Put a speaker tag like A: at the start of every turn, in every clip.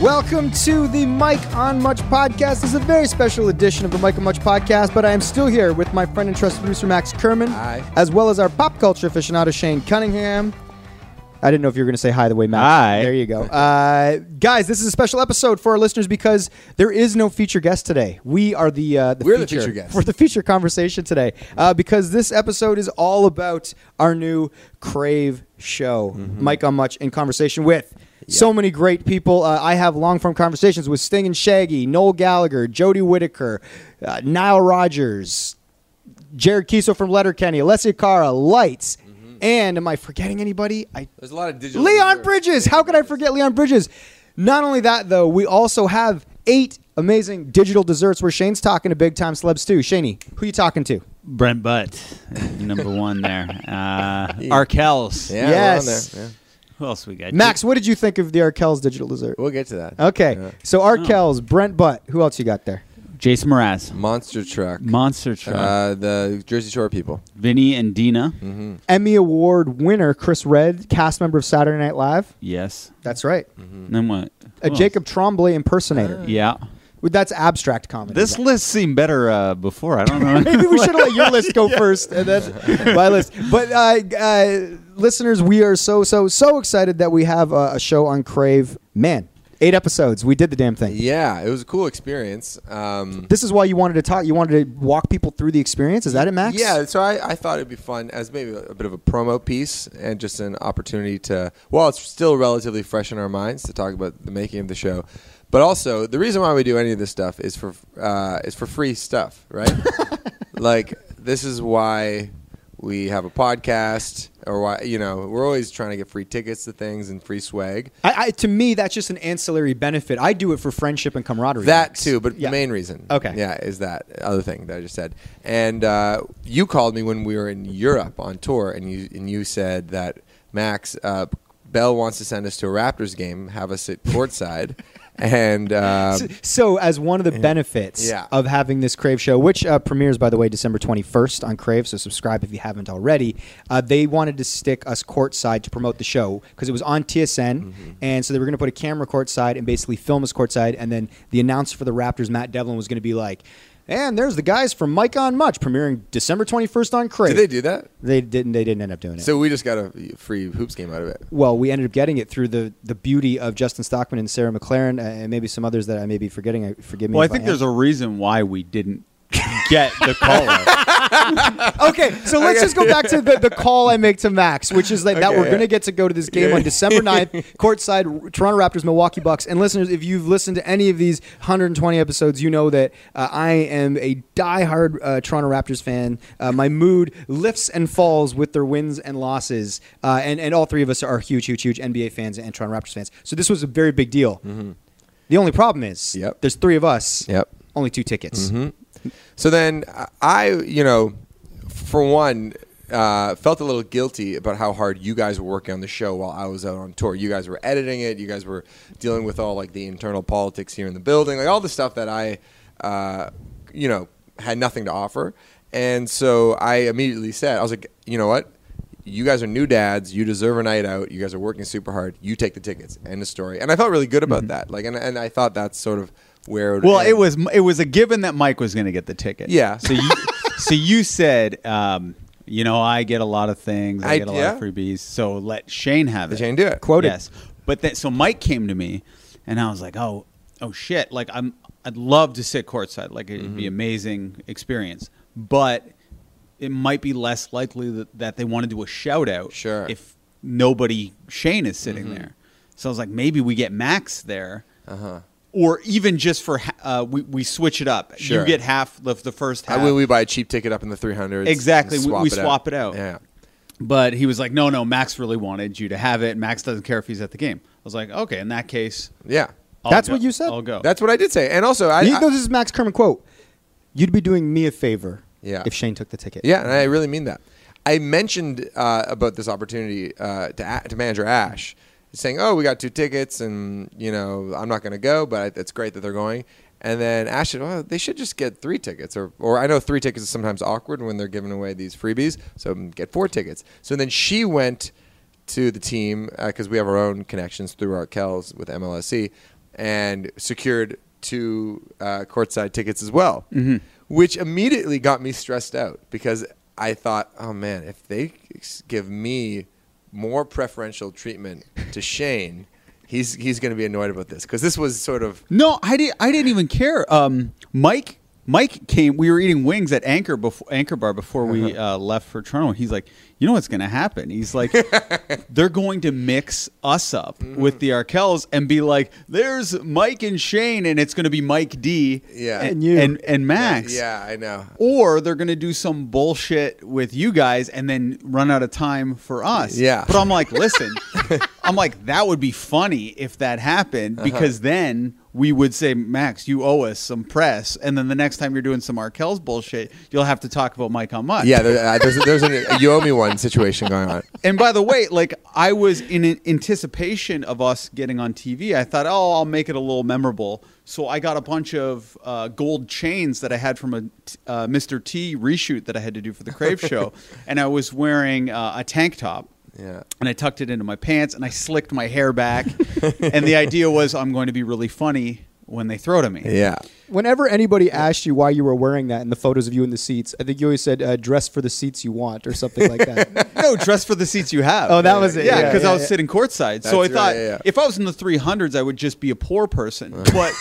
A: Welcome to the Mike on Much podcast. This is a very special edition of the Mike on Much podcast, but I am still here with my friend and trusted producer Max Kerman,
B: Hi.
A: as well as our pop culture aficionado Shane Cunningham. I didn't know if you were going to say hi the way Max.
C: Hi.
A: There you go. Uh, guys, this is a special episode for our listeners because there is no feature guest today. We are the uh, the
B: We're the feature guest.
A: for the feature conversation today uh, because this episode is all about our new Crave show,
B: Mm-hmm.
A: Mike on Much in conversation with. So many great people. Uh, I have long form conversations with Sting and Shaggy, Noel Gallagher, Jody Whittaker, uh, Nile Rodgers, Jared Kiso from Letterkenny, Alessia Cara, Lights.
B: Mm-hmm.
A: And am I forgetting anybody? I
B: There's a lot of digital.
A: Leon Bridges. How could I forget Leon Bridges? Not only that, though, we also have eight amazing digital desserts where Shane's talking to big time celebs too. Shaney, who you talking to?
C: Brent Butt, number one there. Uh, Arkells.
B: Yeah,
A: Yes.
B: we're on there. Yeah.
C: Who else we got?
A: Max, what did you think of the Arkells digital dessert?
B: We'll get to that.
A: Okay,
B: Yeah.
A: so Arkells, Brent Butt. Who else you got there?
C: Jason Mraz.
B: Monster Truck.
C: Monster Truck.
B: Uh, the Jersey Shore people.
C: Vinny and Dina.
A: Emmy Award winner Chris Red, cast member of Saturday Night Live.
C: Yes.
A: That's right.
C: And then
A: A
C: what? Who else? Uh.
A: Jacob Tremblay impersonator.
C: Yeah.
A: Well, That's abstract comedy.
C: This list seemed better uh, before. I don't know.
A: Maybe we should have let your list go first and then my list. But uh, uh, listeners, we are so so so excited that we have uh, a show on Crave. Man, eight episodes. We did the damn thing.
B: Yeah, it was a cool experience. Um,
A: This is why you wanted to talk. You wanted to walk people through the experience. Is that it, Max?
B: yeah, so I, I thought it'd be fun as maybe a, bit of a promo piece and just an opportunity to, while it's still relatively fresh in our minds, to talk about the making of the show. But also, the reason why we do any of this stuff is for uh, is for free stuff, right? like this is why we have a podcast, or why you know we're always trying to get free tickets to things and free swag.
A: I, I, to me, that's just an ancillary benefit. I do it for friendship and camaraderie.
B: That
A: Max.
B: too, but
A: Yeah.
B: the main reason.
A: Okay.
B: Yeah, is that other thing that I just said. And uh, you called me when we were in Europe on tour, and you and you said that Max uh, Bell wants to send us to a Raptors game, have us sit courtside, and uh,
A: So, so as one of the benefits
B: Yeah.
A: of having this Crave show, which uh, premieres by the way December 21st on Crave, so subscribe if you haven't already. Uh, they wanted to stick us courtside to promote the show because it was on TSN,
B: Mm-hmm.
A: and so they were going to put a camera courtside and basically film us courtside, and then the announcer for the Raptors, Matt Devlin, was going to be like. And there's the guys from Mike on Much premiering December 21st on Crave.
B: did they do that?
A: They didn't. They didn't end up doing it.
B: So we just got a free hoops game out of it.
A: Well, we ended up getting it through the the beauty of Justin Stockman and Sarah McLaren, uh, and maybe some others that I may be forgetting. I, forgive me.
C: well, I
A: if
C: think
A: am.
C: there's a reason why we didn't get the call up.
A: Okay, so let's just go back to the, the call I make to Max, which is like that
B: Okay,
A: we're
B: yeah.
A: going to get to go to this game on December 9th, courtside Toronto Raptors, Milwaukee Bucks. And listeners, if you've listened to any of these 120 episodes, you know that uh, I am a diehard uh, Toronto Raptors fan. Uh, my mood lifts and falls with their wins and losses. Uh, and, and all three of us are huge, huge, huge NBA fans and Toronto Raptors fans. So this was a very big deal. The only problem is
B: Mm-hmm. Yep.
A: there's three of us,
B: Yep. Mm-hmm.
A: only two tickets.
B: So then I, you know, for one, uh, felt a little guilty about how hard you guys were working on the show while I was out on tour. You guys were editing it. You guys were dealing with all like the internal politics here in the building, like all the stuff that I, uh, you know, had nothing to offer. And so I immediately said, I was like, you know what? You guys are new dads. You deserve a night out. You guys are working super hard. You take the tickets. End of story. And I felt really good about that. Like, and, and I thought that's sort of where. would
C: Mm-hmm. Well, it
B: end.
C: was it was a given that Mike was going to get the ticket.
B: Yeah.
C: So you, so you said, um, you know, I get a lot of things. I,
B: I-
C: get a lot of
B: yeah.
C: freebies. So let Shane have it.
B: Shane do it.
A: Quoted.
C: Yes. But then, so Mike came to me, and I was like, oh, oh shit! Like I'm, I'd love to sit courtside. Like it'd
B: Mm-hmm.
C: be amazing experience. But it might be less likely that, that they want to do a shout out.
B: Sure. Mm-hmm.
C: If nobody Shane is sitting there, so I was like, maybe we get Max there. Uh
B: Uh-huh.
C: huh. Or even just for ha- uh, we we switch it up.
B: Sure.
C: You get half of the first half.
B: I, we, we buy a cheap ticket up in the 300s.
C: Exactly,
B: and
C: we- we swap it out.
B: Yeah.
C: But he was like, no, no, Max really wanted you to have it. Max doesn't care if he's at the game. I was like, okay, in that case,
B: Yeah.
C: I'll
A: That's
C: go.
A: what you said?
C: I'll go.
B: That's what I did say. And also, I.
A: you
B: I-
A: know, this is Max Kerman quote. You'd be doing me a favor
B: Yeah.
A: if Shane took the ticket.
B: yeah, and I really mean that. I mentioned uh, about this opportunity uh, to, a- to manager Ash, saying, oh, we got two tickets, and, you know, I'm not going to go, but it's great that they're going. And then Ash said, well, they should just get three tickets. Or, or I know three tickets is sometimes awkward when they're giving away these freebies, so get four tickets. So then she uh, went to the team because we have our own connections through our Kells with MLSC. and secured two uh, courtside tickets as well, which immediately got me stressed out because I thought, oh man, if they ex- give me more preferential treatment to Shane, he's he's going to be annoyed about this because this was sort of
C: No, I didn't. I didn't even care. Um, Mike, Mike came. We were eating wings at Anchor before Anchor Bar before we uh, left for Toronto. He's like, you know what's going to happen? He's like, they're going to mix us up with the Arkells and be like, there's Mike and Shane, and it's going to be Mike D,
B: Yeah.
C: and
A: And you.
C: and, and Max,
B: uh, yeah, I know.
C: Or they're gonna do some bullshit with you guys and then run out of time for us.
B: Yeah.
C: But I'm like, listen, I'm like, that would be funny if that happened
B: Uh-huh.
C: because then we would say, Max, you owe us some press, and then the next time you're doing some Arkell's bullshit, you'll have to talk about Mike on Mike.
B: Yeah, there, uh, there's there's a you owe me one situation going on.
C: And by the way, like I was in an- anticipation of us getting on TV. I thought, oh, I'll make it a little memorable. So I got a bunch of uh, gold chains that I had from a t- uh, Mr. T reshoot that I had to do for the Crave show, and I was wearing uh, a tank top.
B: Yeah.
C: And I tucked it into my pants and I slicked my hair back. and the idea was I'm going to be really funny when they throw it at me.
B: Yeah.
A: Whenever anybody asked you why you were wearing that and the photos of you in the seats, I think you always said uh, "dress for the seats you want" or something like that.
C: no, dress for the seats you have.
A: Oh, that was it.
C: Yeah,
A: Yeah,
C: because
A: yeah,
C: I was
A: yeah.
C: sitting courtside. so I
B: That's
C: thought
B: right, yeah.
C: if I was in the 300s, I would just be a poor person. But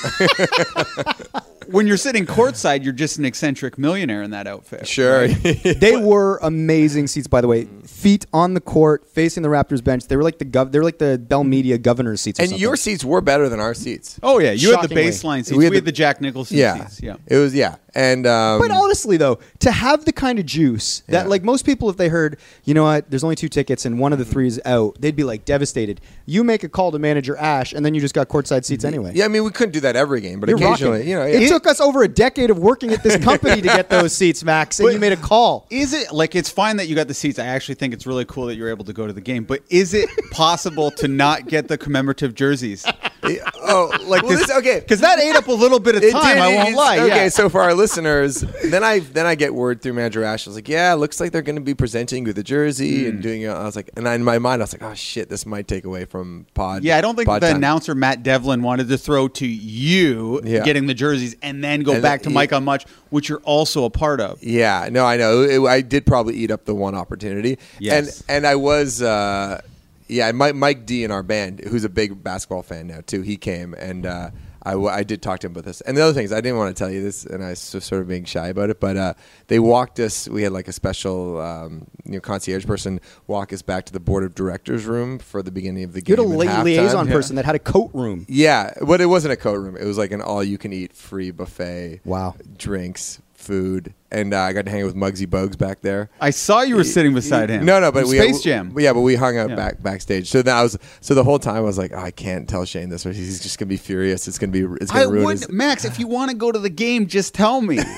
C: when you're sitting courtside, you're just an eccentric millionaire in that outfit.
B: Sure.
A: they were amazing seats, by the way. Feet on the court, facing the Raptors bench. They were like the gov- they were like the Bell Media governor's seats. Or
B: and
A: something.
B: your seats were better than our seats.
C: Oh, yeah. You
A: Shockingly.
C: had the baseline seats.
B: We
C: We
B: had
C: had,
B: the-
C: the Jack Nicholson
B: Yeah.
C: seats. Yeah.
B: It was yeah. And um,
A: But honestly, though, to have the kind of juice that,
B: Yeah.
A: like, most people, if they heard, you know what, there's only two tickets and one of the
B: Mm-hmm.
A: three is out, they'd be like devastated. You make a call to manager Ash, and then you just got courtside seats anyway.
B: yeah, I mean we couldn't do that every game, but
A: You're
B: occasionally,
A: rocking.
B: you know, yeah.
A: it, took us over a decade of working at this company to get those seats, Max, and you made a call.
C: Is it like it's fine that you got the seats? I actually think it's really cool that you're able to go to the game. But is it possible to not get the commemorative jerseys?
B: oh, like
C: Well,
B: this. Okay,
C: Because that ate up a little bit of
B: It
C: time.
B: did,
C: I won't
B: it's-
C: lie.
B: Okay,
C: yeah.
B: so for our listeners, then I then I get word through manager Ash. I was like, yeah, looks like they're going to be presenting you the jersey
C: Mm.
B: and doing. it. I was like, and I, in my mind, I was like, oh shit, this might take away from pod.
C: Yeah, I don't think
B: pod
C: the
B: time.
C: announcer Matt Devlin wanted to throw to you
B: Yeah.
C: getting the jerseys and then go
B: And
C: back
B: that-
C: to Mike on Much, which you're also a part of.
B: Yeah, no, I know. It- I did probably eat up the one opportunity.
C: Yes.
B: And and I was uh yeah, Mike Mike D in our band, who's a big basketball fan now too. He came and uh I, w- I did talk to him about this. And the other thing is, I didn't want to tell you this, and I was so- sort of being shy about it, but uh, they walked us, we had like a special um, you know, concierge person walk us back to the board of directors room for the beginning of the
A: You
B: game.
A: had a
B: and
A: late
B: halftime.
A: liaison person that had a coat room.
B: Yeah, but it wasn't a coat room. It was like an all-you-can-eat free buffet.
A: Wow.
B: Drinks, food, and uh, I got to hang out with Muggsy Bogues back there.
C: I saw you were sitting beside him.
B: No, no, but
C: From
B: we
C: Space Jam.
B: Yeah, but we hung out
C: Yeah.
B: back backstage. So that was so the whole time I was like, oh, I can't tell Shane this, or he's just gonna be furious. It's gonna be it's gonna
C: I
B: ruin
C: would,
B: his.
C: Max. If you want to go to the game, just tell me.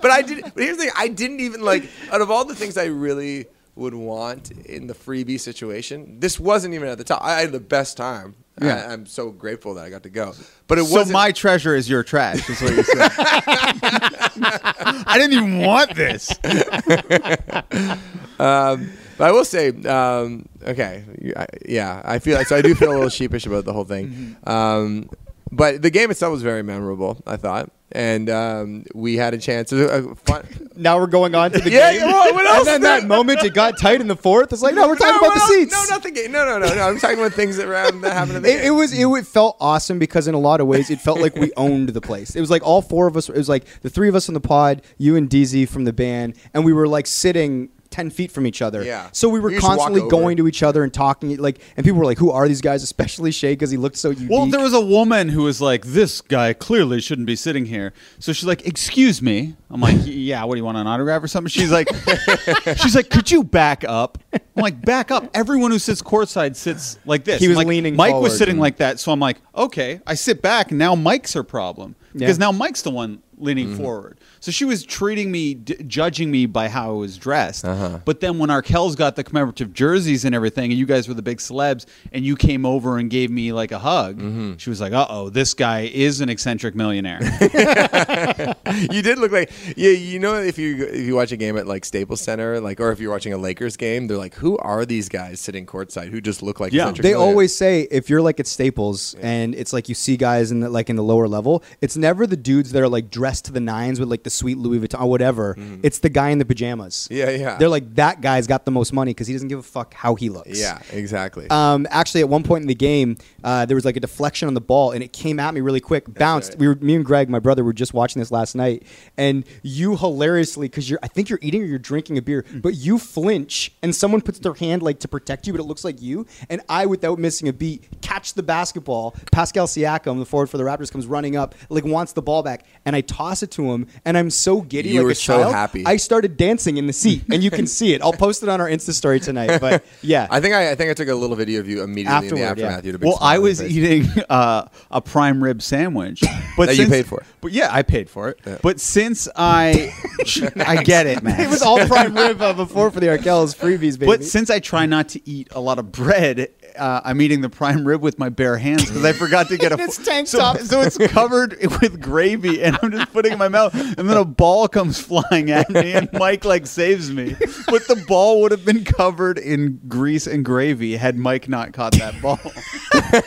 B: But I did. But here's the thing: I didn't even like out of all the things I really would want in the freebie situation. This wasn't even at the top. I had the best time.
C: Yeah.
B: I, am so grateful that I got to go. But it
C: so
B: wasn't
C: my treasure is your trash. Is what you said. I didn't even want this.
B: Um, but I will say, um, okay, I, yeah, I feel so. I do feel a little sheepish about the whole thing.
A: Mm-hmm.
B: Um, but the game itself was very memorable. I thought, and um, we had a chance. To, uh, fun,
A: Now we're going on to the
B: Yeah,
A: game.
B: yeah, what- what else
A: and then that
B: did-
A: moment it got tight in the fourth. It's like, no, we're talking about the
B: no,
A: seats.
B: No, not the game. No, no, no, no. I'm talking about things that, were, that happened in the
A: It,
B: game.
A: it was it, it felt awesome because in a lot of ways it felt like we owned the place. It was like all four of us. It was like the three of us on the pod, you and DZ from the band, and we were like sitting ten feet from each other.
B: Yeah.
A: So we were
B: You just walk
A: constantly
B: over.
A: going to each other and talking. Like, and people were like, "Who are these guys?" Especially Shay because he looked so unique.
C: Well, there was a woman who was like, "This guy clearly shouldn't be sitting here." So she's like, "Excuse me." I'm like, "Yeah, what do you want an autograph or something?" She's like, "She's like, could you back up?" I'm like, "Back up." Everyone who sits courtside sits like this.
A: He was
C: I'm like,
A: leaning
C: Mike
A: forward.
C: was sitting like that, so I'm like, "Okay." I sit back, and now Mike's her problem because
A: Yeah.
C: now Mike's the one leaning forward. So she was treating me, d- judging me by how I was dressed. But then when Arkells got the commemorative jerseys and everything, and you guys were the big celebs, and you came over and gave me like a hug, she was like, "Uh oh, this guy is an eccentric millionaire."
B: you did look like yeah. You know, if you if you watch a game at like Staples Center, like or if you're watching a Lakers game, they're like, who are these guys sitting courtside who just look like
C: Yeah.
B: eccentric
A: They
B: millionaires?
A: always say if you're like at Staples and it's like you see guys in the, like in the lower level, it's never the dudes that are like dressed to the nines with like the sweet Louis Vuitton or whatever. It's the guy in the pajamas.
B: Mm-hmm. Yeah, yeah.
A: They're like that guy's got the most money because he doesn't give a fuck how he looks.
B: yeah, exactly.
A: Um, actually, at one point in the game, uh, there was like a deflection on the ball, and it came at me really quick, bounced.
B: right.
A: We were me and Greg, my brother, were just watching this last night, and you hilariously because you're I think you're eating or you're drinking a beer,
B: Mm.
A: but you flinch, and someone puts their hand like to protect you, but it looks like you, and I, without missing a beat, catch the basketball. Pascal Siakam, the forward for the Raptors, comes running up, like wants the ball back, and I toss it to him, and I'm so giddy,
B: You
A: like
B: were
A: a
B: so
A: child.
B: happy.
A: I started dancing in the seat, and you can see it. I'll post it on our Insta story tonight, but yeah,
B: I think I, I think I took a little video of you immediately in
A: Afterward,
B: the
A: yeah.
B: aftermath. You had a big
C: Well,
B: smile
C: I
B: on your
C: was
B: face.
C: eating uh, a prime rib sandwich, but
B: That you
C: since-
B: paid for.
C: But yeah, I paid for it. But since I, I get it, man.
A: it was all prime rib uh, before for the Arkells freebies, baby.
C: But since I try not to eat a lot of bread, uh, I'm eating the prime rib with my bare hands because I forgot to get a
A: It's tank
C: so,
A: top.
C: so it's covered with gravy, and I'm just putting it in my mouth, and then a ball comes flying at me, and Mike like saves me, but the ball would have been covered in grease and gravy had Mike not caught that ball.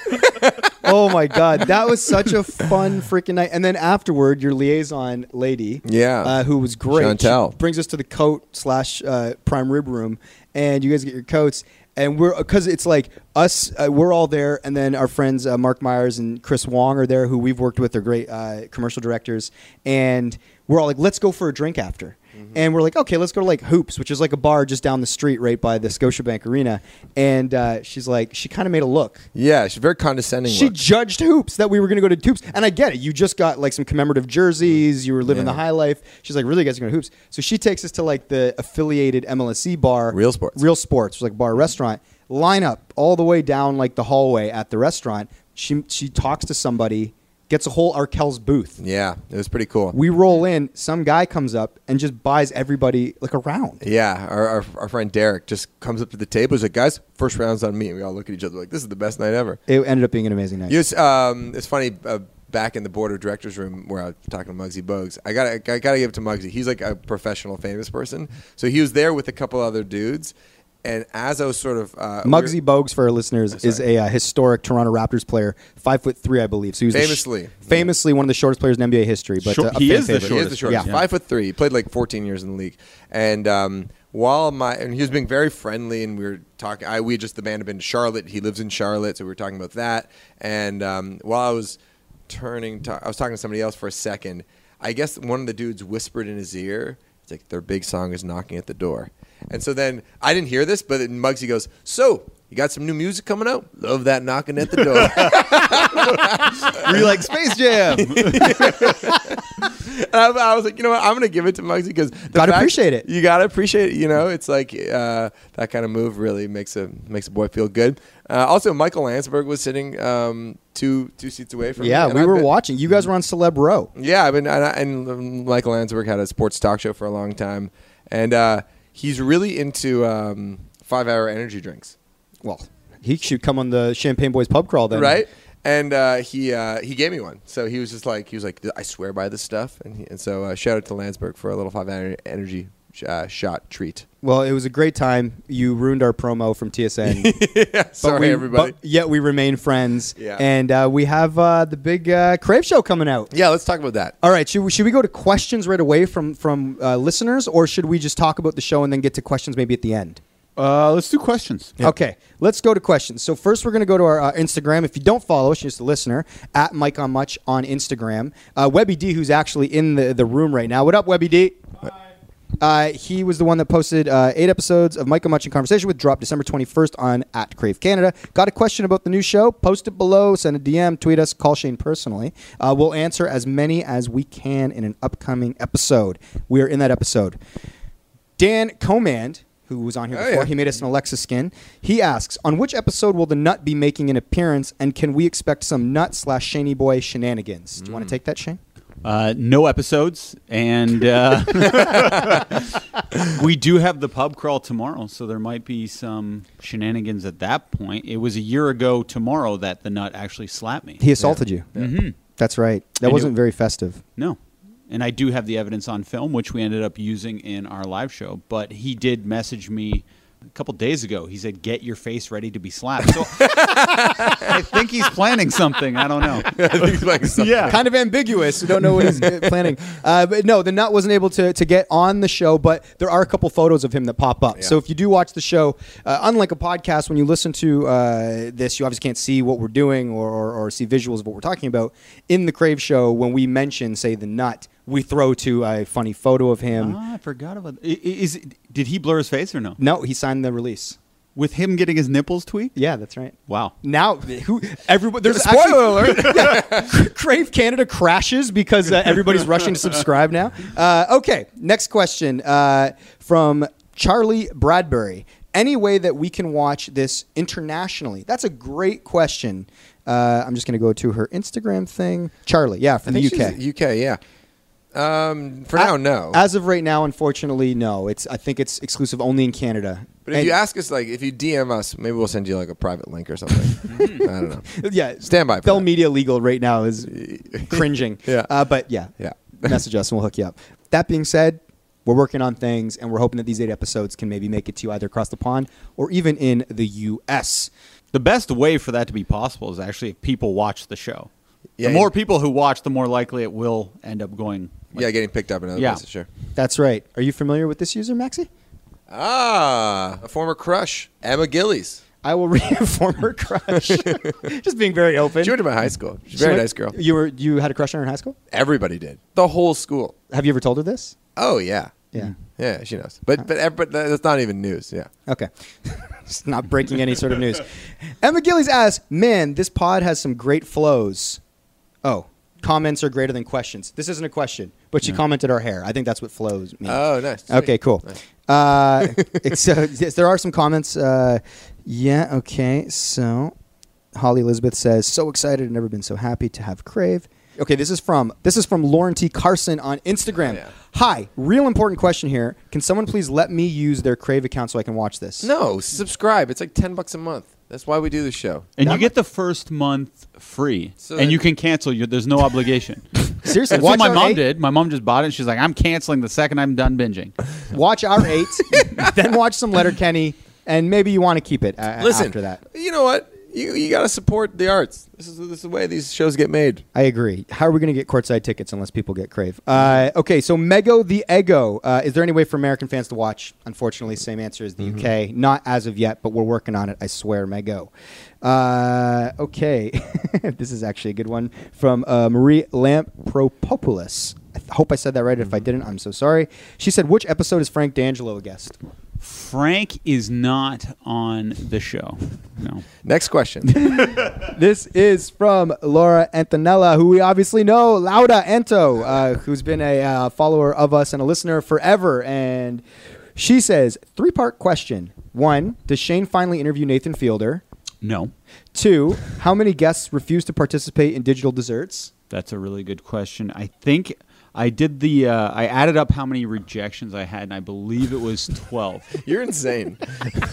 A: oh my god, that was such a fun freaking night. And then afterward, your liaison lady,
B: Yeah.
A: uh, who was great, she
B: Chantel.
A: brings us to the coat slash uh, prime rib room, and you guys get your coats. And we're because it's like us, uh, we're all there, and then our friends uh, Mark Myers and Chris Wong are there, who we've worked with. They're great uh, commercial directors, and we're all like, let's go for a drink after.
B: Mm-hmm.
A: And we're like, okay, let's go to like Hoops, which is like a bar just down the street, right by the Scotiabank Arena. And uh, she's like, she kind of made a look,
B: yeah, she's very condescending.
A: she
B: look.
A: judged hoops that we were going to go to hoops, and I get it. You just got like some commemorative jerseys. You were living
B: Yeah.
A: the high life. She's like, really, you guys are going to hoops. So she takes us to like the affiliated MLSC bar,
B: Real Sports.
A: Real Sports, which is, like a bar restaurant. Line up all the way down like the hallway at the restaurant. She she talks to somebody, gets a whole Arkell's booth.
B: yeah, it was pretty cool.
A: We roll in. Some guy comes up and just buys everybody like a round.
B: Yeah, our, our, our friend Derek just comes up to the table. He's like, "Guys, first round's on me." And we all look at each other like, "This is the best night ever."
A: It ended up being an amazing night.
B: You know, it's, um, it's funny. Uh, back in the board of directors room where I was talking to Muggsy Bogues, I got I got to give it to Muggsy. He's like a professional, famous person. So he was there with a couple other dudes, and as I was sort of uh, we were-
A: Muggsy Bogues, for our
B: Oh,
A: listeners, is a uh, historic Toronto Raptors player, five foot three, I believe. So he was the sh-
B: Famously.
A: famously one of the shortest players in NBA history. But
C: Short-
A: uh, a
C: he
A: fan
C: is the
A: favorite.
B: He is the shortest.
A: Yeah.
B: Five foot three. He played like 14 years in the league. And um, while my and he was being very friendly, and we were talking. I we just the band had been to Charlotte. He lives in Charlotte, so we were talking about that. And um, while I was turning, to, I was talking to somebody else for a second. I guess one of the dudes whispered in his ear. It's like their big song is knocking at the door. And so then I didn't hear this, but then Muggsy goes, "So you got some new music coming out? Love that knocking at the door."
C: Were you like Space Jam?
B: And I, I was like, you know what? I'm going to give it to Muggsy because
A: Gotta appreciate it.
B: You gotta appreciate it. You know, it's like uh, that kind of move really makes a makes a boy feel good. Uh, also, Michael Landsberg was sitting um, two two seats away from.
A: Yeah,
B: me, and
A: we
B: I've
A: were
B: been-
A: watching. You guys were on Celeb Row.
B: Yeah, I've been and, I- and Michael Landsberg had a sports talk show for a long time, and uh, he's really into um, five hour energy drinks.
A: Well, he should come on the Champagne Boys pub crawl then.
B: right? And uh, he uh, he gave me one. So he was just like he was like I swear by this stuff. And, he, and so uh, shout out to Landsberg for a little five hour energy sh- uh, shot treat.
A: Well, it was a great time. You ruined our promo from TSN. But
B: Sorry
A: we-
B: everybody.
A: But yet we remain friends.
B: Yeah.
A: And uh, we have uh, the big uh, Crave Show coming out.
B: yeah, let's talk about that.
A: All right, should we, should we go to questions right away from from uh, listeners, or should we just talk about the show and then get to questions maybe at the end?
C: Uh, let's do questions.
A: Okay, let's go to questions. So first, we're going to go to our uh, Instagram. If you don't follow us, you're just a listener at Mike on Much on Instagram. Uh, Webby D, who's actually in the, the room right now. What up, Webby D? Uh, he was the one that posted uh, eight episodes of Mike on Much in Conversation with dropped December 21st on at Crave Canada. Got a question about the new show? Post it below, send a DM, tweet us, call Shane personally. Uh, we'll answer as many as we can in an upcoming episode. We are in that episode. Dan Comand, who was on here
B: Oh,
A: before,
B: yeah.
A: he made us an Alexa skin. He asks, on which episode will the nut be
B: Mm.
A: making an appearance, and can we expect some nut slash Shaney boy shenanigans? Do you want to take that, Shane?
C: Uh, no episodes, and uh, we do have the pub crawl tomorrow, so there might be some shenanigans at that point. It was a year ago tomorrow that the nut actually slapped me.
A: He assaulted you.
C: hmm
A: That's right. That
C: I knew
A: wasn't
C: it.
A: very festive.
C: No. And I do have the evidence on film, which we ended up using in our live show. But he did message me a couple days ago. He said, "Get your face ready to be slapped." So I think he's planning something. I don't know.
B: I think like some-
A: kind of ambiguous. We don't know what he's uh, planning. Uh, but no, the nut wasn't able to, to get on the show, but there are a couple photos of him that pop up.
B: Yeah.
A: So if you do watch the show, uh, unlike a podcast, when you listen to uh, this, you obviously can't see what we're doing or, or, or see visuals of what we're talking about. In the Crave show, when we mention, say, the nut, we throw to a funny photo of him.
C: Ah, I forgot about. i- i- Is did he blur his face or no?
A: No, he signed the release.
C: With him getting his nipples tweaked?
A: Yeah, that's right.
C: Wow.
A: Now, who everybody? There's
B: Spoiler
A: actually-
B: alert!
A: Crave Canada crashes because uh, everybody's rushing to subscribe now. Uh, okay, next question uh, from Charlie Bradbury. Any way that we can watch this internationally? That's a great question. Uh, I'm just going to go to her Instagram thing. Charlie, yeah, from the UK.
B: UK, yeah. Um, for now,
A: A-
B: no.
A: As of right now, unfortunately, no. It's I think it's exclusive only in Canada.
B: but if
A: And-
B: you ask us, like, if you DM us, maybe we'll send you like a private link or something. I don't know.
A: yeah,
B: Stand by for
A: Bell
B: that.
A: Media Legal right now is cringing.
B: Yeah.
A: Uh, but yeah,
B: Yeah.
A: message us and we'll hook you up. That being said, we're working on things and we're hoping that these eight episodes can maybe make it to you either across the pond or even in the U.S.
C: The best way for that to be possible is actually if people watch the show.
B: Yeah,
C: the more
B: and-
C: people who watch, the more likely it will end up going. like,
B: yeah, getting picked up in other
C: Yeah.
B: places, sure.
A: That's right. Are you familiar with this user, Maxi?
B: Ah, a former crush, Emma Gillies.
A: I will reinform her crush. Just being very open.
B: She went to my high school. She's
A: She
B: a very
A: went-
B: nice girl.
A: You were you had a crush on her in high school?
B: Everybody did. The whole school.
A: Have you ever told her this?
B: Oh yeah.
A: Yeah.
B: Yeah, she knows. But but ev- but that's not even news. Yeah.
A: Okay. Just not breaking any sort of news. Emma Gillies asks, man, this pod has some great flows. Oh, comments are greater than questions. This isn't a question, but she commented our hair. I think that's what flows mean.
B: Oh, nice. Sweet.
A: okay, cool.
B: Nice.
A: Uh, so, yes, there are some comments. Uh, yeah, okay. So, Holly Elizabeth says, so excited and never been so happy to have Crave. Okay, this is from this is from Lauren T. Carson on Instagram.
B: Oh, yeah.
A: Hi, real important question here. Can someone please let me use their Crave account so I can watch this?
B: No, subscribe. It's like ten bucks a month. That's why we do the show.
C: And
A: That
C: you get the first month free,
B: So
C: and
B: then-
C: you can cancel. You, there's no obligation.
A: Seriously,
C: That's what
A: watch
C: my
A: our
C: mom
A: eight,
C: did. My mom just bought it. And she's like, I'm canceling the second I'm done binging.
A: Watch our eight, then watch some Letterkenny, and maybe you want to keep it uh,
B: Listen,
A: after that.
B: you know what? You you gotta support the arts. This is this is the way these shows get made.
A: I agree. How are we going to get courtside tickets unless people get crave? Uh, okay, so Mego the Ego. Uh, is there any way for American fans to watch? Unfortunately, same answer as the UK. Not as of yet, but we're working on it. I swear, Mego. Uh, okay, this is actually a good one from uh, Marie Lampropopoulos. I th- hope I said that right. If I didn't, I'm so sorry. She said, "Which episode is Frank D'Angelo a guest?"
C: Frank is not on the show. No.
B: Next question.
A: This is from Laura Antonella, who we obviously know, Lauda Anto, uh, who's been a uh, follower of us and a listener forever. And she says three part question. One, does Shane finally interview Nathan Fielder?
C: No.
A: Two, how many guests refuse to participate in digital desserts?
C: That's a really good question. I think I did the, uh, I added up how many rejections I had, and I believe it was 12.
B: You're insane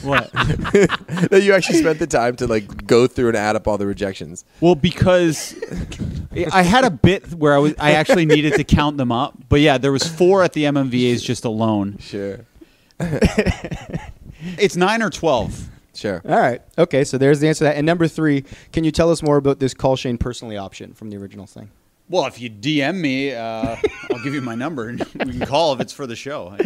C: what?
B: that you actually spent the time to like go through and add up all the rejections.
C: Well, because I had a bit where I was, I actually needed to count them up. But yeah, there was four at the MMVAs just alone.
B: Sure,
C: It's nine or 12.
B: sure.
A: All right. Okay, so there's the answer to that. And number three, can you tell us more about this call Shane personally option from the original thing?
C: Well, if you DM me, uh, I'll give you my number and we can call if it's for the show.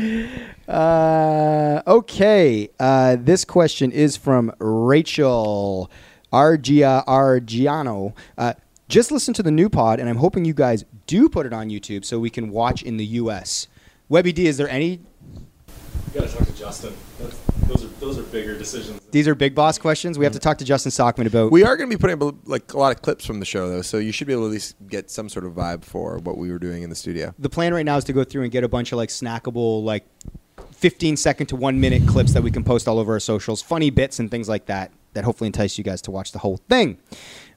A: Uh, okay. Uh, this question is from Rachel Argia Argiano. Uh, just listen to the new pod, and I'm hoping you guys do put it on YouTube so we can watch in the U.S. Webby D, is there any?
D: You gotta talk to Justin. That's, those are those are bigger decisions.
A: These are big boss questions. We have to talk to Justin Sockman about.
B: We are going to be putting up, like a lot of clips from the show though, so you should be able to at least get some sort of vibe for what we were doing in the studio.
A: the plan right now is to go through and get a bunch of like snackable like 15 second to one minute clips that we can post all over our socials funny bits and things like that that hopefully entice you guys to watch the whole thing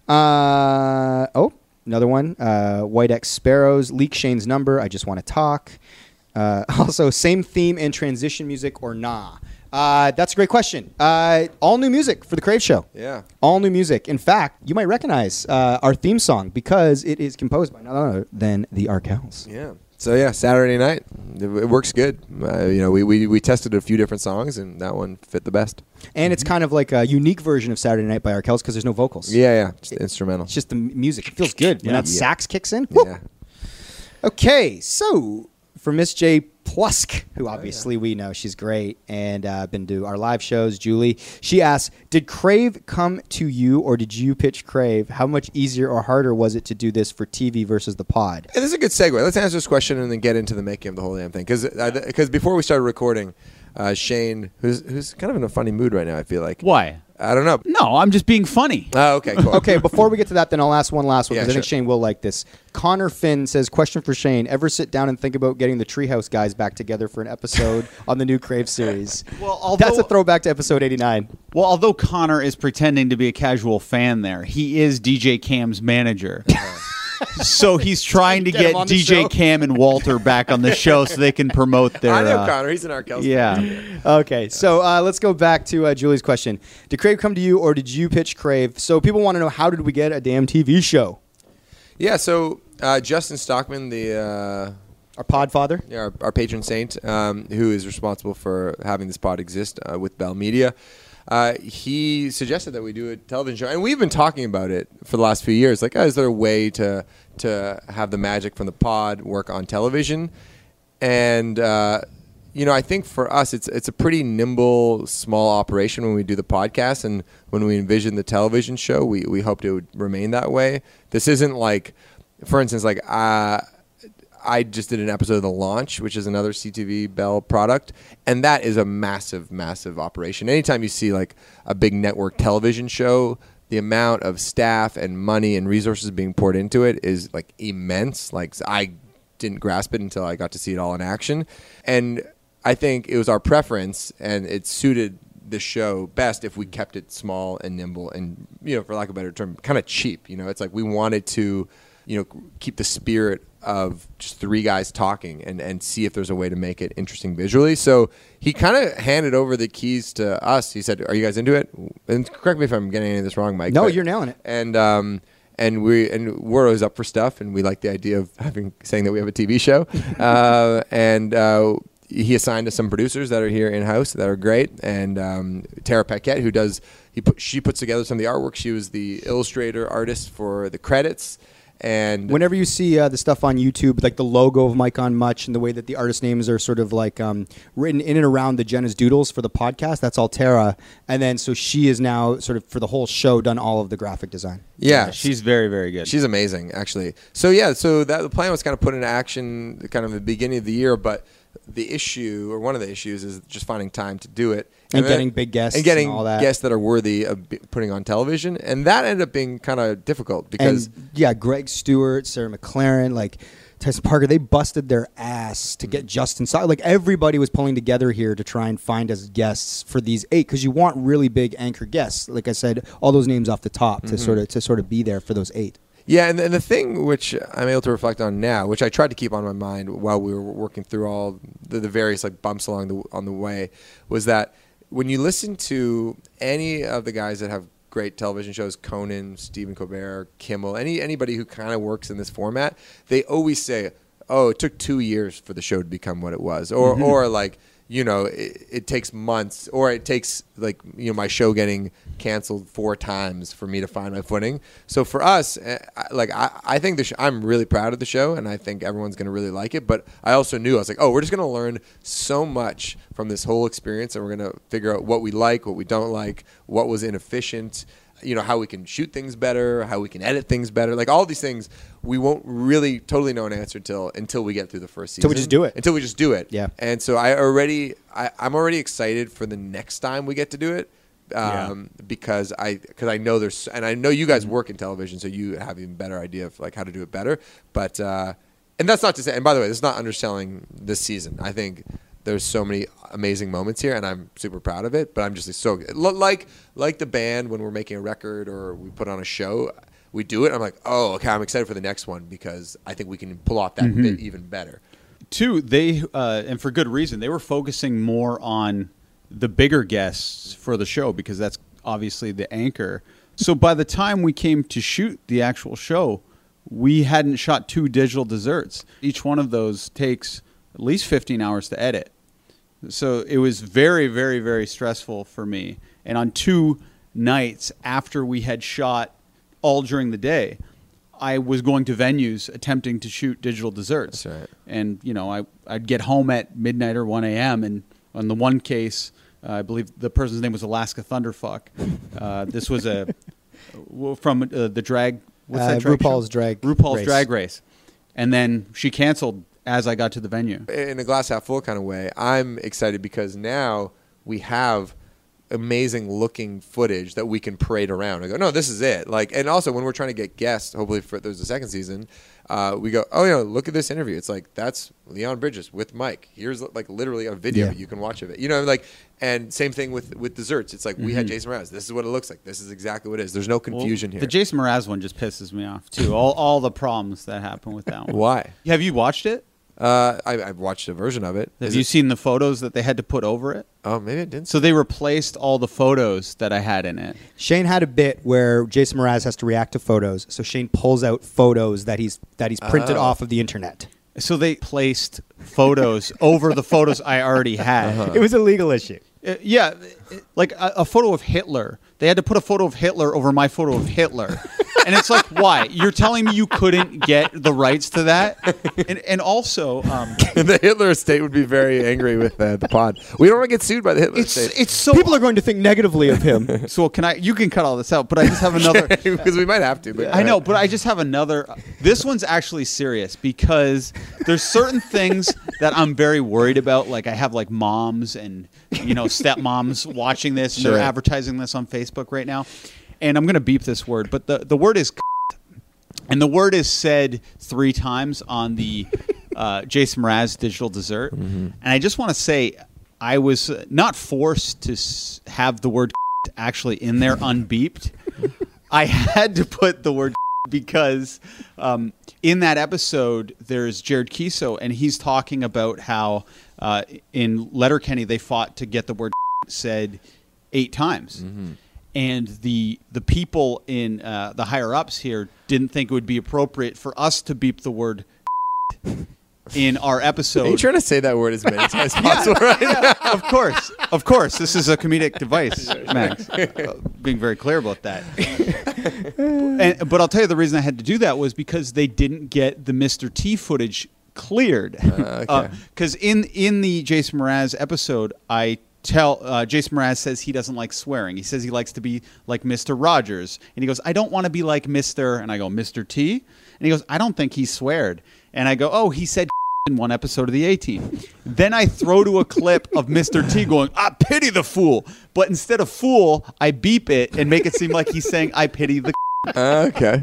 A: uh, oh Another one, uh, White X Sparrows, Leak Shane's Number, I Just Want to Talk. Uh, also, same theme and transition music or nah? Uh, that's a great question. Uh, all new music for the Crave Show.
B: Yeah.
A: All new music. In fact, you might recognize uh, our theme song because it is composed by none other than the Arkells.
B: Yeah. So yeah, Saturday night, it, it works good. Uh, you know, we, we we tested a few different songs, and that one fit the best.
A: And it's kind of like a unique version of Saturday Night by Arkells because there's no vocals.
B: Mm-hmm. Yeah, yeah, just instrumental.
A: It's just the m- music. It feels good when
C: Yeah.
A: that
B: Yeah.
A: sax kicks in. Woo.
B: yeah.
A: Okay, so for Miss J Plusk,
B: Oh,
A: who obviously we know she's great and uh, been to our live shows, Julie, she asks, "Did Crave come to you, or did you pitch Crave? How much easier or harder was it to do this for TV versus the pod?"
B: Yeah, this is a good segue. Let's answer this question and then get into the making of the whole damn thing. Because before we started recording, uh, Shane, who's who's kind of in a funny mood right now, I feel like.
C: Why?
B: I don't know.
C: No, I'm just being funny.
B: Oh, okay, cool.
A: Okay, before we get to that, then I'll ask one last one
B: Yeah,
A: because I think
B: sure.
A: Shane will like this. Connor Finn says, "Question for Shane: Ever sit down and think about getting the Treehouse guys back together for an episode on the new Crave series?"
C: Well, although-
A: that's a throwback to episode eighty-nine.
C: Well, although Connor is pretending to be a casual fan there, he is DJ Cam's manager. so he's trying to
A: Get him
C: get,
A: on the show.
C: DJ Cam and Walter back on the show so they can promote their.
B: I know
C: uh,
B: Connor. He's in our Kelsey.
C: Yeah.
A: Okay, so uh, let's go back to uh, Julie's question. Did Crave come to you, or did you pitch Crave? So people want to know how did we get a damn TV show?
B: Yeah. So uh, Justin Stockman, the uh,
A: Our Podfather.
B: Yeah, our, our patron saint, um, who is responsible for having this pod exist uh, with Bell Media. Uh, he suggested that we do a television show, and we've been talking about it for the last few years. Like, oh, is there a way to to have the magic from the pod work on television? And uh, you know, I think for us, it's it's a pretty nimble, small operation when we do the podcast, and when we envision the television show, we we hoped it would remain that way. This isn't like, for instance, like uh, I just did an episode of The Launch, which is another CTV Bell product, and that is a massive, massive operation. Anytime you see like a big network television show, the amount of staff and money and resources being poured into it is like immense. Like I didn't grasp it until I got to see it all in action, and I think it was our preference, and it suited the show best if we kept it small and nimble and you know for lack of a better term kind of cheap you know it's like we wanted to you know keep the spirit of just three guys talking and and see if there's a way to make it interesting visually so he kind of handed over the keys to us he said are you guys into it and correct me if i'm getting any of this wrong mike
A: No,
B: but-
A: you're nailing it.
B: and um and we and we're always up for stuff, and we like the idea of having saying that we have a TV show. uh, and uh, he assigned us some producers that are here in house that are great, and um, Tara Paquette, who does he put, she puts together some of the artwork. She was the illustrator artist for the credits, and
A: Whenever you see uh, the stuff on YouTube, like the logo of Mike on Much and the way that the artist names are sort of like um, written in and around the Jenna's Doodles for the podcast, that's all Tara. And then so she is now sort of for the whole show done all of the graphic design.
B: yeah,
C: She's very, very good.
B: She's amazing, actually. So yeah, so that the plan was kind of put into action, kind of the beginning of the year, but the issue or one of the issues is just finding time to do it
A: And getting big guests
B: and getting
A: and all that.
B: guests that are worthy of be- putting on television, and that ended up being kind of difficult because
A: and yeah, Greg Stewart, Sarah McLaren, like Tyson Parker, they busted their ass to get Justin. So like everybody was pulling together here to try and find us guests for these eight because you want really big anchor guests. Like I said, all those names off the top to sort of to sort of be there for those eight.
B: Yeah, and, and the thing which I'm able to reflect on now, which I tried to keep on my mind while we were working through all the, the various like bumps along the on the way, was that when you listen to any of the guys that have great television shows, Conan, Stephen Colbert, Kimmel, any anybody who kind of works in this format, they always say, "Oh, it took two years for the show to become what it was," or or like you know, it, it takes months or it takes like, you know, my show getting canceled four times for me to find my footing. So for us, eh, I- like, I, I think the sh- I'm really proud of the show and I think everyone's going to really like it. But I also knew I was like, oh, we're just going to learn so much from this whole experience and we're going to figure out what we like, what we don't like, what was inefficient you know how we can shoot things better, how we can edit things better, like all these things. We won't really totally know an answer till until we get through the first season.
A: Till we just do it.
B: Until we just do it.
A: Yeah.
B: And so I already I, I'm already excited for the next time we get to do it. Um, because I because I know there's and I know you guys work in television, so you have even better idea of like how to do it better. But uh, and that's not to say. And by the way, this is not underselling this season. I think there's so many amazing moments here, and I'm super proud of it. But I'm just so li- like like the band when we're making a record or we put on a show. we do it. I'm like, oh, okay, I'm excited for the next one because I think we can pull off that bit even better.
C: Two, they uh, and for good reason. They were focusing more on the bigger guests for the show because that's obviously the anchor. So by the time we came to shoot the actual show, we hadn't shot two digital desserts. Each one of those takes at least 15 hours to edit. So it was very, very, very stressful for me. And on two nights after we had shot all during the day, I was going to venues attempting to shoot digital desserts.
B: That's right.
C: And, you know, I, I'd get home at midnight or 1 a.m. And on the one case, uh, I believe the person's name was Alaska Thunderfuck. Uh, this was a well, from uh, the drag. What's
A: Uh,
C: that drag show?
A: RuPaul's Drag
C: RuPaul's
A: Race.
C: Drag Race. And then she canceled as I got to the venue.
B: in a glass half full kind of way, I'm excited because now we have amazing looking footage that we can parade around. I go, no, this is it. Like, and also when we're trying to get guests, hopefully for there's a second season, uh, we go, oh yeah, look at this interview. It's like that's Leon Bridges with Mike. Here's like literally a video
A: Yeah.
B: you can watch of it. You know, like, and same thing with with desserts. It's like we had Jason Mraz. This is what it looks like. This is exactly what it is. There's no
C: Mm-hmm. Well,
B: confusion here.
C: The Jason Mraz one just pisses me off too. All all the problems that happen with that one.
B: Why?
C: Have you watched it?
B: Uh, I, I've watched a version of it.
C: Have
B: Is
C: you
B: it-
C: seen the photos that they had to put over it?
B: Oh, maybe it didn't.
C: So they replaced all the photos that I had in it.
A: Shane had a bit where Jason Mraz has to react to photos, so Shane pulls out photos that he's that he's printed
B: Oh.
A: off of the internet.
C: So they placed photos over the photos I already had.
B: Uh-huh.
A: It was a legal issue.
C: Uh, yeah, uh, like a, a photo of Hitler. They had to put a photo of Hitler over my photo of Hitler. and it's like, why? You're telling me you couldn't get the rights to that? And, and also, um,
B: the Hitler estate would be very angry with uh, the pod. We don't want to get sued by the Hitler
C: it's
B: estate
C: it's so
A: People are going to think negatively of him.
C: So can I? You can cut all this out, but I just have another.
B: because we might have to. But uh,
C: I know, but I just have another. This one's actually serious because there's certain things that I'm very worried about. Like I have like moms and you know stepmoms watching this. And
B: Sure.
C: They're advertising this on Facebook right now, and I'm gonna beep this word, but the the word is, and the word is said three times on the uh, Jason Mraz digital dessert, and I just want to say I was uh, not forced to s- have the word actually in there unbeeped. I had to put the word because um, in that episode there's Jared Kiso and he's talking about how uh, in Letterkenny they fought to get the word said eight times. And the the people in uh, the higher ups here didn't think it would be appropriate for us to beep the word in our episode.
B: Are you trying to say that word as many times as possible? right?
C: of course, of course. This is a comedic device, Max. Uh, Being very clear about that. and, but I'll tell you the reason I had to do that was because they didn't get the Mr. T footage cleared.
B: okay.
C: Because in in the Jason Mraz episode, I tell uh, Jason Mraz says he doesn't like swearing. He says he likes to be like Mr. Rogers, and he goes, "I don't want to be like Mr." And I go, "Mr. T," and he goes, "I don't think he sweared." And I go, "Oh, he said." In one episode of the A Team, then I throw to a clip of Mr. T going, "I pity the fool," but instead of fool, I beep it and make it seem like he's saying, "I pity the."
B: Uh, okay.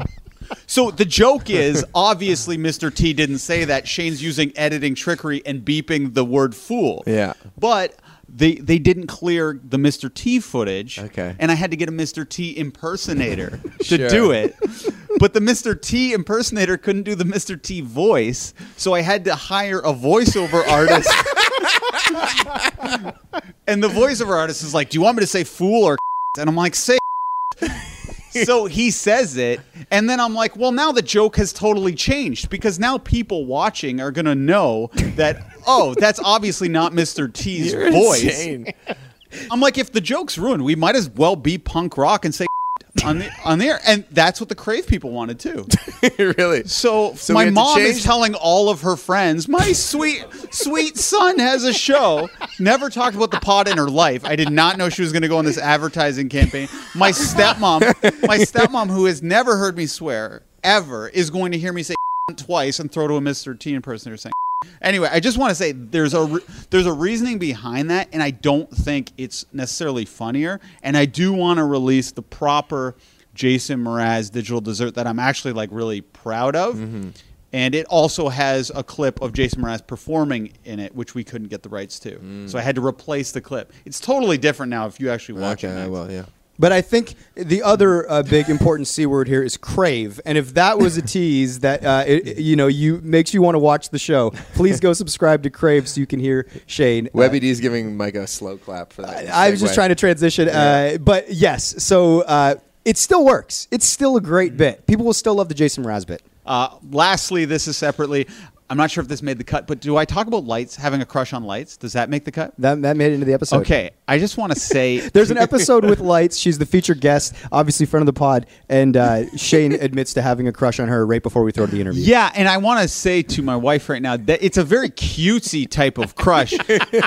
C: So the joke is obviously Mr. T didn't say that. Shane's using editing trickery and beeping the word fool.
B: Yeah.
C: But they they didn't clear the Mr. T footage.
B: Okay.
C: And I had to get a Mr. T impersonator to
B: Sure.
C: do it. But the Mr. T impersonator couldn't do the Mr. T voice, so I had to hire a voiceover artist. and the voiceover artist is like, "Do you want me to say fool or?" And I'm like, "Say." so he says it and then i'm like well now the joke has totally changed because now people watching are gonna know that oh that's obviously not mr t's
B: You're
C: voice
B: insane.
C: i'm like if the joke's ruined we might as well be punk rock and say on the on the air and that's what the crave people wanted too
B: really.
C: so,
B: So we
C: my
B: had to
C: mom is
B: change-
C: telling all of her friends my sweet sweet son has a show never talked about the pod in her life i did not know she was going to go on this advertising campaign my stepmom my stepmom who has never heard me swear ever is going to hear me say twice and throw to a mr t impersonator saying anyway i just want to say there's a re- there's a reasoning behind that and i don't think it's necessarily funnier and i do want to release the proper jason mraz digital dessert that i'm actually like really proud of and it also has a clip of jason mraz performing in it which we couldn't get the rights to so i had to replace the clip it's totally different now if you actually watch
B: Okay.
C: it
B: I
C: Max.
B: will. Yeah.
A: But I think the other uh, big important c word here is crave, and if that was a tease that uh, it, it- you know you makes you want to watch the show, please go subscribe to Crave so you can hear Shane. uh,
B: Webby D's giving Mike a slow clap for that.
A: I, I was just
B: segue.
A: trying to transition, uh, but yes, so uh, it still works. It's still a great bit. People will still love the Jason Mraz bit.
C: Uh, lastly, this is separately. I'm not sure if this made the cut, but do I talk about lights having a crush on lights? Does that make the cut?
A: That that made it into the episode.
C: Okay, I just want to say
A: There's an episode with lights. She's the featured guest, obviously friend of the pod, and uh, Shane admits to having a crush on her right before we throw to the interview.
C: Yeah, and I want to say to my wife right now that it's a very cutesy type of crush,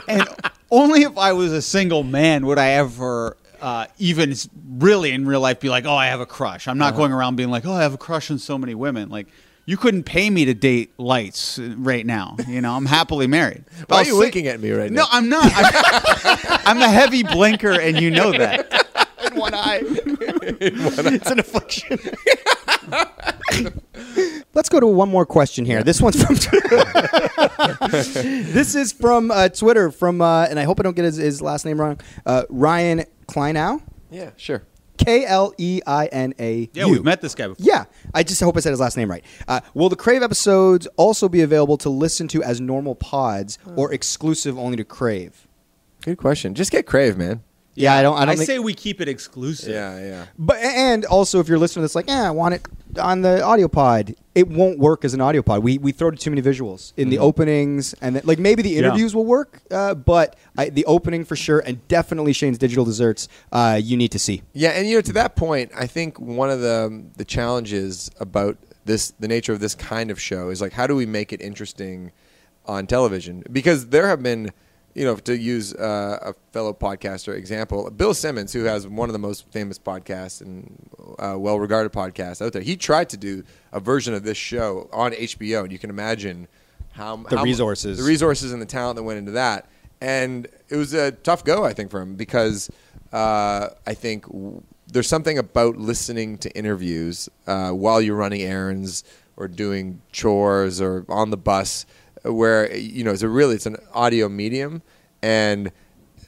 C: and only if I was a single man would I ever. Uh, even s- really in real life, be like, oh, I have a crush. I'm not going around being like, oh, I have a crush on so many women. Like, you couldn't pay me to date lights uh, right now. You know, I'm happily married. But
B: Why are
C: I'll
B: you
C: say-
B: winking at me right
C: No,
B: now?
C: I'm not. I'm, I'm a heavy blinker, and you know that.
B: in one eye.
A: it's an affliction. Let's go to one more question here. This one's from. this is from uh, Twitter from, uh, and I hope I don't get his, his last name wrong. Uh, Ryan Kleinow,
B: yeah, sure.
A: K L E I N A.
C: Yeah, we've met this guy before.
A: Yeah, I just hope I said his last name right. Uh, will the Crave episodes also be available to listen to as normal pods or exclusive only to Crave?
B: Good question. Just get crave, man.
A: Yeah, I don't. I don't think-
C: say we keep it exclusive.
B: Yeah, yeah.
A: But and also, if you're listening to this, like, yeah, I want it on the audio pod. It won't work as an audio pod. We we throw to too many visuals in the openings, and then, like maybe the interviews will work, uh, but I, the opening for sure, and definitely Shane's digital desserts. Uh, you need to see.
B: Yeah, and you know, to that point, I think one of the the challenges about this, the nature of this kind of show, is like how do we make it interesting on television? Because there have been, you know, to use uh, a fellow podcaster example, Bill Simmons, who has one of the most famous podcasts and uh, well-regarded podcasts out there, he tried to do a version of this show on HBO, and you can imagine how
A: The
B: how-
A: resources.
B: the resources and the talent that went into that. And it was a tough go, I think, for him because uh, I think w- there's something about listening to interviews uh, while you're running errands or doing chores or on the bus, where you know it's a really it's an audio medium, and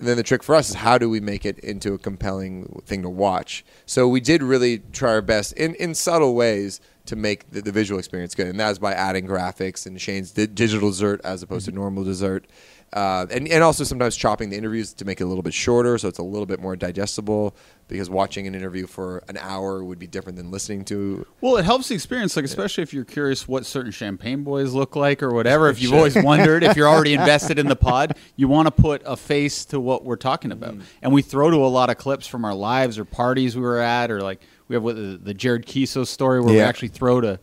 B: then the trick for us is how do we make it into a compelling thing to watch? So we did really try our best in, in subtle ways to make the, the visual experience good, and that is by adding graphics and Shane's di- digital dessert as opposed to normal dessert, uh, and and also sometimes chopping the interviews to make it a little bit shorter, so it's a little bit more digestible. Because watching an interview for an hour would be different than listening to.
C: Well, it helps the experience, like especially if you're curious what certain champagne boys look like or whatever. If you've always wondered, if you're already invested in the pod, you want to put a face to what we're talking about. And we throw to a lot of clips from our lives or parties we were at, or like we have what, the, the Jared Kiso story where we
B: Yeah.
C: actually throw to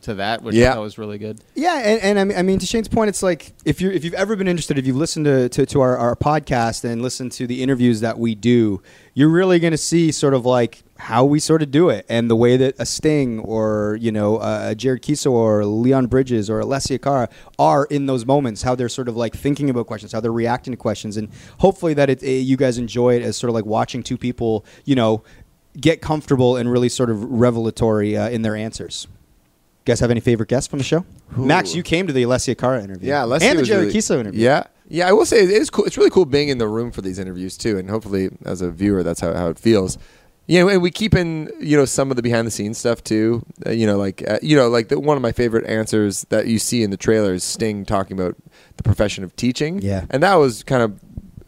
C: to that, which
B: Yeah.
C: I thought was really good.
A: Yeah, and, and I, mean, I mean, to Shane's point, it's like if you if you've ever been interested, if you've listened to, to, to our, our podcast and listened to the interviews that we do, you're really going to see sort of like how we sort of do it and the way that a Sting or you know uh, a Jared Kiso or Leon Bridges or Alessia Cara are in those moments, how they're sort of like thinking about questions, how they're reacting to questions, and hopefully that it, eh, you guys enjoy it as sort of like watching two people, you know, get comfortable and really sort of revelatory uh, in their answers. Guys, have any favorite guests from the show? Max, you came to the Alessia Cara interview. and the Jerry Kiso interview.
B: Yeah, yeah. I will say it is cool. It's really cool being in the room for these interviews too, and hopefully, as a viewer, that's how, how it feels. You know, and we keep in you know some of the behind the scenes stuff too. Uh, you know, like uh, you know, like the, one of my favorite answers that you see in the trailer is Sting talking about the profession of teaching.
A: Yeah.
B: and that was kind of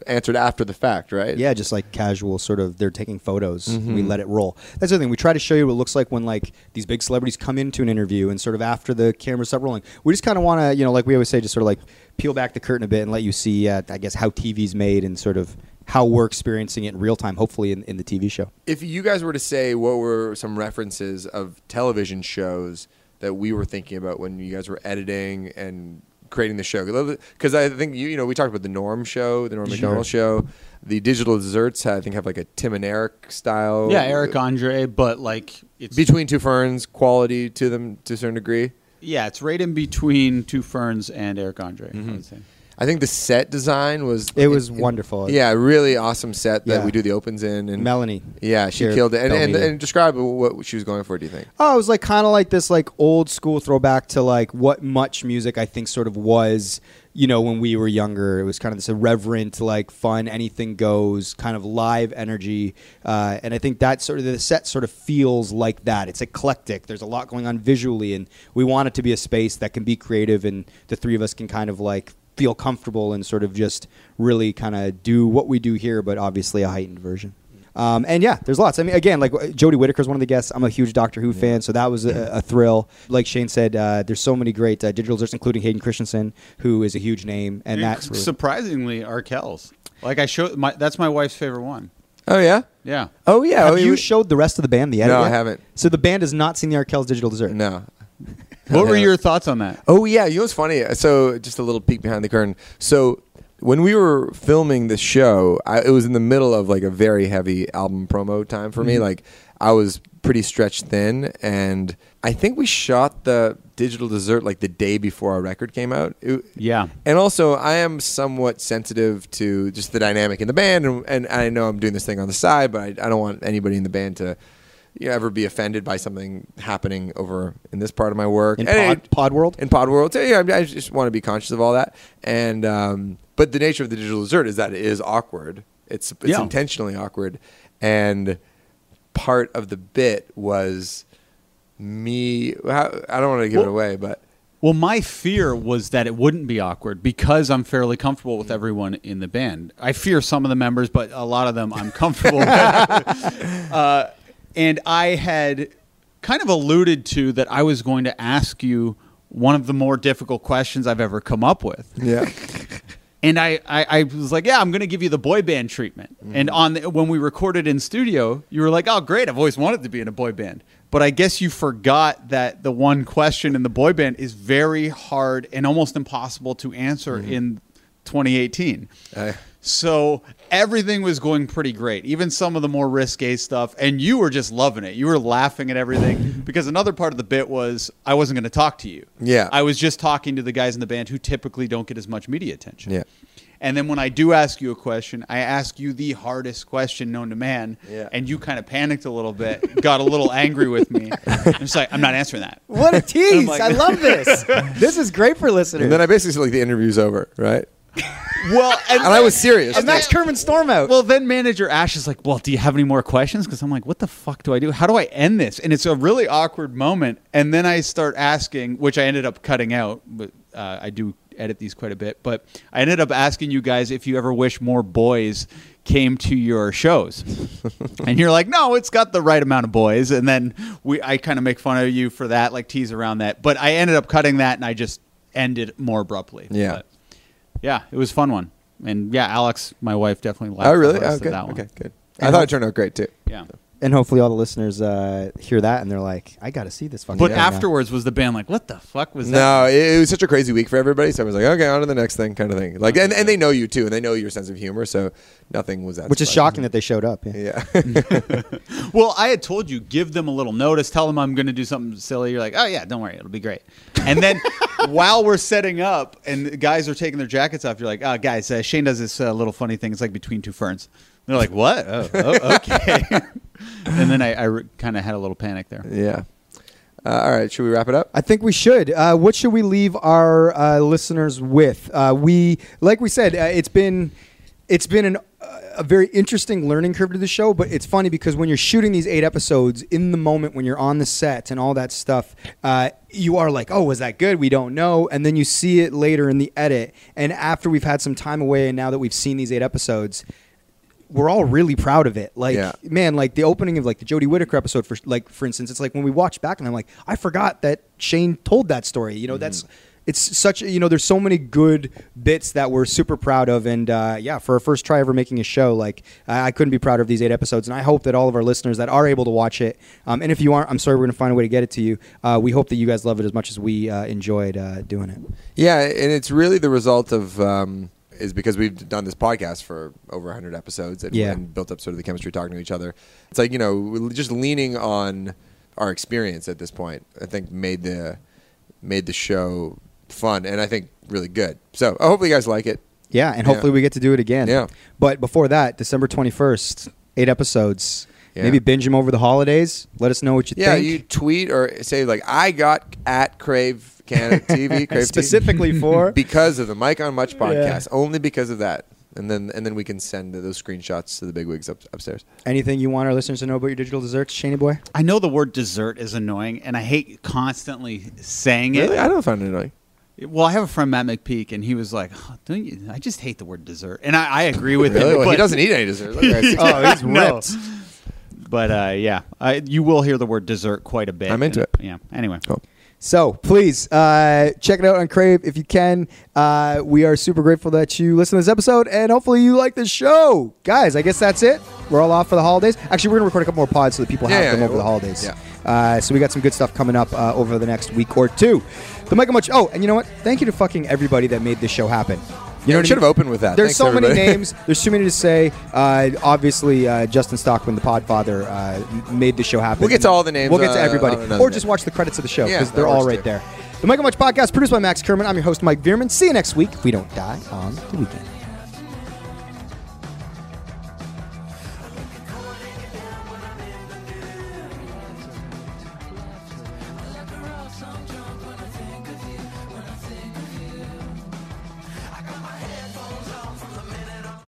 B: answered after the fact, right?
A: yeah, just like casual sort of. They're taking photos. We
B: Mm-hmm.
A: let it roll. That's the thing. We try to show you what it looks like when like these big celebrities come into an interview and sort of after the camera stop rolling. We just kind of want to, you know, like we always say, just sort of like peel back the curtain a bit and let you see, uh, I guess, how TV's made and sort of how we're experiencing it in real time. Hopefully, in, in the TV show.
B: if you guys were to say what were some references of television shows that we were thinking about when you guys were editing and creating the show because i think you, you know we talked about the norm show the norm mcdonald show the digital desserts i think have like a tim and eric style
C: Yeah, Eric Andre, but like it's
B: between two ferns quality to them to a certain degree
C: yeah, it's right in between Two Ferns and Eric Andre. I would say.
B: I think the set design was
A: It was wonderful.
B: Yeah, really awesome set that
A: Yeah.
B: we do the opens in and
A: Melanie.
B: Yeah, she
A: Here,
B: killed it. And, and,
A: Belmedia.
B: and describe what she was going for. Do you think?
A: Oh, it was like kind of like this like old school throwback to like what much music I think sort of was, you know, when we were younger. It was kind of this irreverent, like fun, anything goes kind of live energy, uh, and I think that sort of the set sort of feels like that. It's eclectic. There's a lot going on visually, and we want it to be a space that can be creative, and the three of us can kind of like feel comfortable and sort of just really kind of do what we do here, but obviously a heightened version. Um, and yeah, there's lots. I mean, again, like Jodie Whittaker's one of the guests. I'm a huge Doctor Who fan, so that was a, a thrill. Like Shane said, uh, there's so many great uh, digital artists, including Hayden Christensen, who is a huge name, and that's
C: surprisingly Arkells. Like I show my that's my wife's favorite one.
B: Oh yeah.
C: Yeah.
B: Oh yeah.
A: Have
B: oh,
A: you showed the rest of the band the edit?
B: No, I
A: yet?
B: haven't.
A: So the band has not seen the Arkells digital dessert.
B: no.
C: What were
B: Yeah.
C: your thoughts on that?
B: Oh yeah, you know what's funny? So just a little peek behind the curtain. So when we were filming the show, I, it was in the middle of like a very heavy album promo time for me. Like I was pretty stretched thin, and I think we shot the digital dessert like the day before our record came out. It-
C: Yeah.
B: And also, I am somewhat sensitive to just the dynamic in the band, and, and I know I'm doing this thing on the side, but I, I don't want anybody in the band to you know, ever be offended by something happening over in this part of my work.
A: In
B: And
A: pod,
B: it-
A: pod World.
B: in pod world. So yeah, I I just want to be conscious of all that. And um, but the nature of the digital dessert is that it is awkward. It's it's
C: Yeah.
B: intentionally awkward, and part of the bit was me. how- I don't want to give it
C: Well-
B: away, but
C: Well, my fear was that it wouldn't be awkward because I'm fairly comfortable with everyone in the band. I fear some of the members, but a lot of them I'm comfortable with. Uh, and I had kind of alluded to that I was going to ask you one of the more difficult questions I've ever come up with.
B: yeah,
C: And I, I, I was like, yeah, I'm going to give you the boy band treatment. And on the, when we recorded in studio, you were like, oh, great. I've always wanted to be in a boy band. But I guess you forgot that the one question in the boy band is very hard and almost impossible to answer in 2018.
B: I-
C: So everything was going pretty great, even some of the more risque stuff. And you were just loving it. You were laughing at everything because another part of the bit was I wasn't going to talk to you.
B: Yeah.
C: I was just talking to the guys in the band who typically don't get as much media attention.
B: Yeah.
C: And then when I do ask you a question, I ask you the hardest question known to man.
B: Yeah.
C: And you kind of panicked a little bit, got a little angry with me. I'm just like, I'm not answering that.
A: What a tease!
C: like-
A: I love this. this is great for listeners.
B: Oh and then I basically said like the interview's over, right?
C: Well, and,
B: And I was serious.
A: and that's Kerman Storm out.
C: Well, then manager Ash is like, "Well, do you have any more questions?" Because I'm like, "What the fuck do I do? How do I end this?" And it's a really awkward moment. And then I start asking, which I ended up cutting out, but uh, I do edit these quite a bit. But I ended up asking you guys if you ever wish more boys came to your shows, and you're like, "No, it's got the right amount of boys." And then we, I kind of make fun of you for that, like tease around that. But I ended up cutting that, and I just ended more abruptly.
B: Yeah.
C: But- yeah, it was a fun one. And yeah, Alex, my wife, definitely liked
B: oh really?
C: the rest
B: Oh,
C: of
B: good.
C: that one.
B: Okay, good. I thought it turned out great too.
C: Yeah.
A: and hopefully, all the listeners uh, hear that and they're like, "I got to see this fucking."
C: But
A: thing now."
C: afterwards was the band like, what the fuck was
B: No,
C: that?
B: it, it was such a crazy week for everybody. So I was like, okay, on to the next thing, kind of thing. Like, and, and they know you too, and they know your sense of humor. So nothing was that.
A: which is
B: surprising.
A: shocking that they showed up. Yeah.
B: Yeah.
C: Well, I had told you, give them a little notice, tell them I'm going to do something silly. You're like, oh yeah, don't worry, it'll be great. And then while we're setting up and the guys are taking their jackets off, you're like, oh guys, uh, Shane does this uh, little funny thing. It's like between two ferns. And they're like, what? Oh, oh okay. and then I, I re- kind of had a little panic there.
B: Yeah. Uh, all right. Should we wrap it up?
A: I think we should. Uh, what should we leave our uh, listeners with? Uh, we, like we said, uh, it's been it's been an, uh, a very interesting learning curve to the show. But it's funny because when you're shooting these eight episodes in the moment, when you're on the set and all that stuff, uh, you are like, "Oh, was that good? We don't know." And then you see it later in the edit, and after we've had some time away, and now that we've seen these eight episodes. We're all really proud of it. Like,
B: Yeah.
A: man, like the opening of like the Jodie Whittaker episode for like for instance, it's like when we watch back and I'm like, I forgot that Shane told that story. You know, that's it's such you know, there's so many good bits that we're super proud of, and uh, yeah, for our first try ever making a show, like I I couldn't be prouder of these eight episodes, and I hope that all of our listeners that are able to watch it, um, and if you aren't, I'm sorry, we're gonna find a way to get it to you. Uh, we hope that you guys love it as much as we uh, enjoyed uh, doing it.
B: Yeah, and it's really the result of um, is because we've done this podcast for over 100 episodes and,
A: Yeah.
B: and built up sort of the chemistry talking to each other. It's like you know, we're just leaning on our experience at this point. I think made the made the show fun and I think really good. So I hope you guys like it.
A: Yeah, and hopefully
B: Yeah.
A: we get to do it again.
B: Yeah.
A: But before that, December 21st, eight episodes.
B: Yeah.
A: Maybe binge them over the holidays. Let us know what you
B: Yeah,
A: think.
B: you tweet or say like I got at Crave Canada TV Crave
A: Specifically for
B: TV, because of the Mike on Much podcast.
A: Yeah.
B: Only because of that. And then and then we can send those screenshots to the bigwigs up, upstairs.
A: anything you want our listeners to know about your digital desserts, Shaney boy.
C: I know the word dessert is annoying, and I hate constantly saying
B: Really?
C: it.
B: I don't find it annoying.
C: Well, I have a friend Matt McPeak, and he was like, "Oh, "Don't you?" I just hate the word dessert, and I, I agree with
B: Really?
C: him.
B: Well,
C: but,
B: he doesn't eat any dessert. Look at that.
A: Oh, he's
C: No.
A: ripped.
C: But uh, yeah, I, you will hear the word dessert quite a bit.
B: I'm into
C: and-
B: it.
C: Yeah. Anyway,
B: Cool.
A: So please uh, check it out on Crave if you can. Uh, we are super grateful that you listen to this episode, and hopefully you like the show, guys. I guess that's it. We're all off for the holidays. Actually, we're gonna record a couple more pods so that people have
B: Yeah,
A: them
B: yeah,
A: over the
B: we'll-
A: holidays.
B: yeah.
A: Uh, so we got some good stuff coming up uh, over the next week or two. The Michael Much. Oh, and you know what? Thank you to fucking everybody that made this show happen. You
B: Yeah,
A: know
B: we
A: what I
B: should
A: mean?
B: have opened with that.
A: There's
B: Thanks,
A: so many
B: everybody.
A: names. There's too many to say. Uh, obviously, uh, Justin Stockman, the Podfather, uh, made the show happen.
B: We'll get to all the names
A: We'll get to
B: on-
A: everybody,
B: on another
A: or just
B: day.
A: watch the credits of the show
B: Yeah,
A: because
B: that
A: they're all
B: works
A: right
B: too.
A: there. The Michael Much Podcast, produced by Max Kerman. I'm your host, Mike Vierman. See you next week if we don't die on the weekend.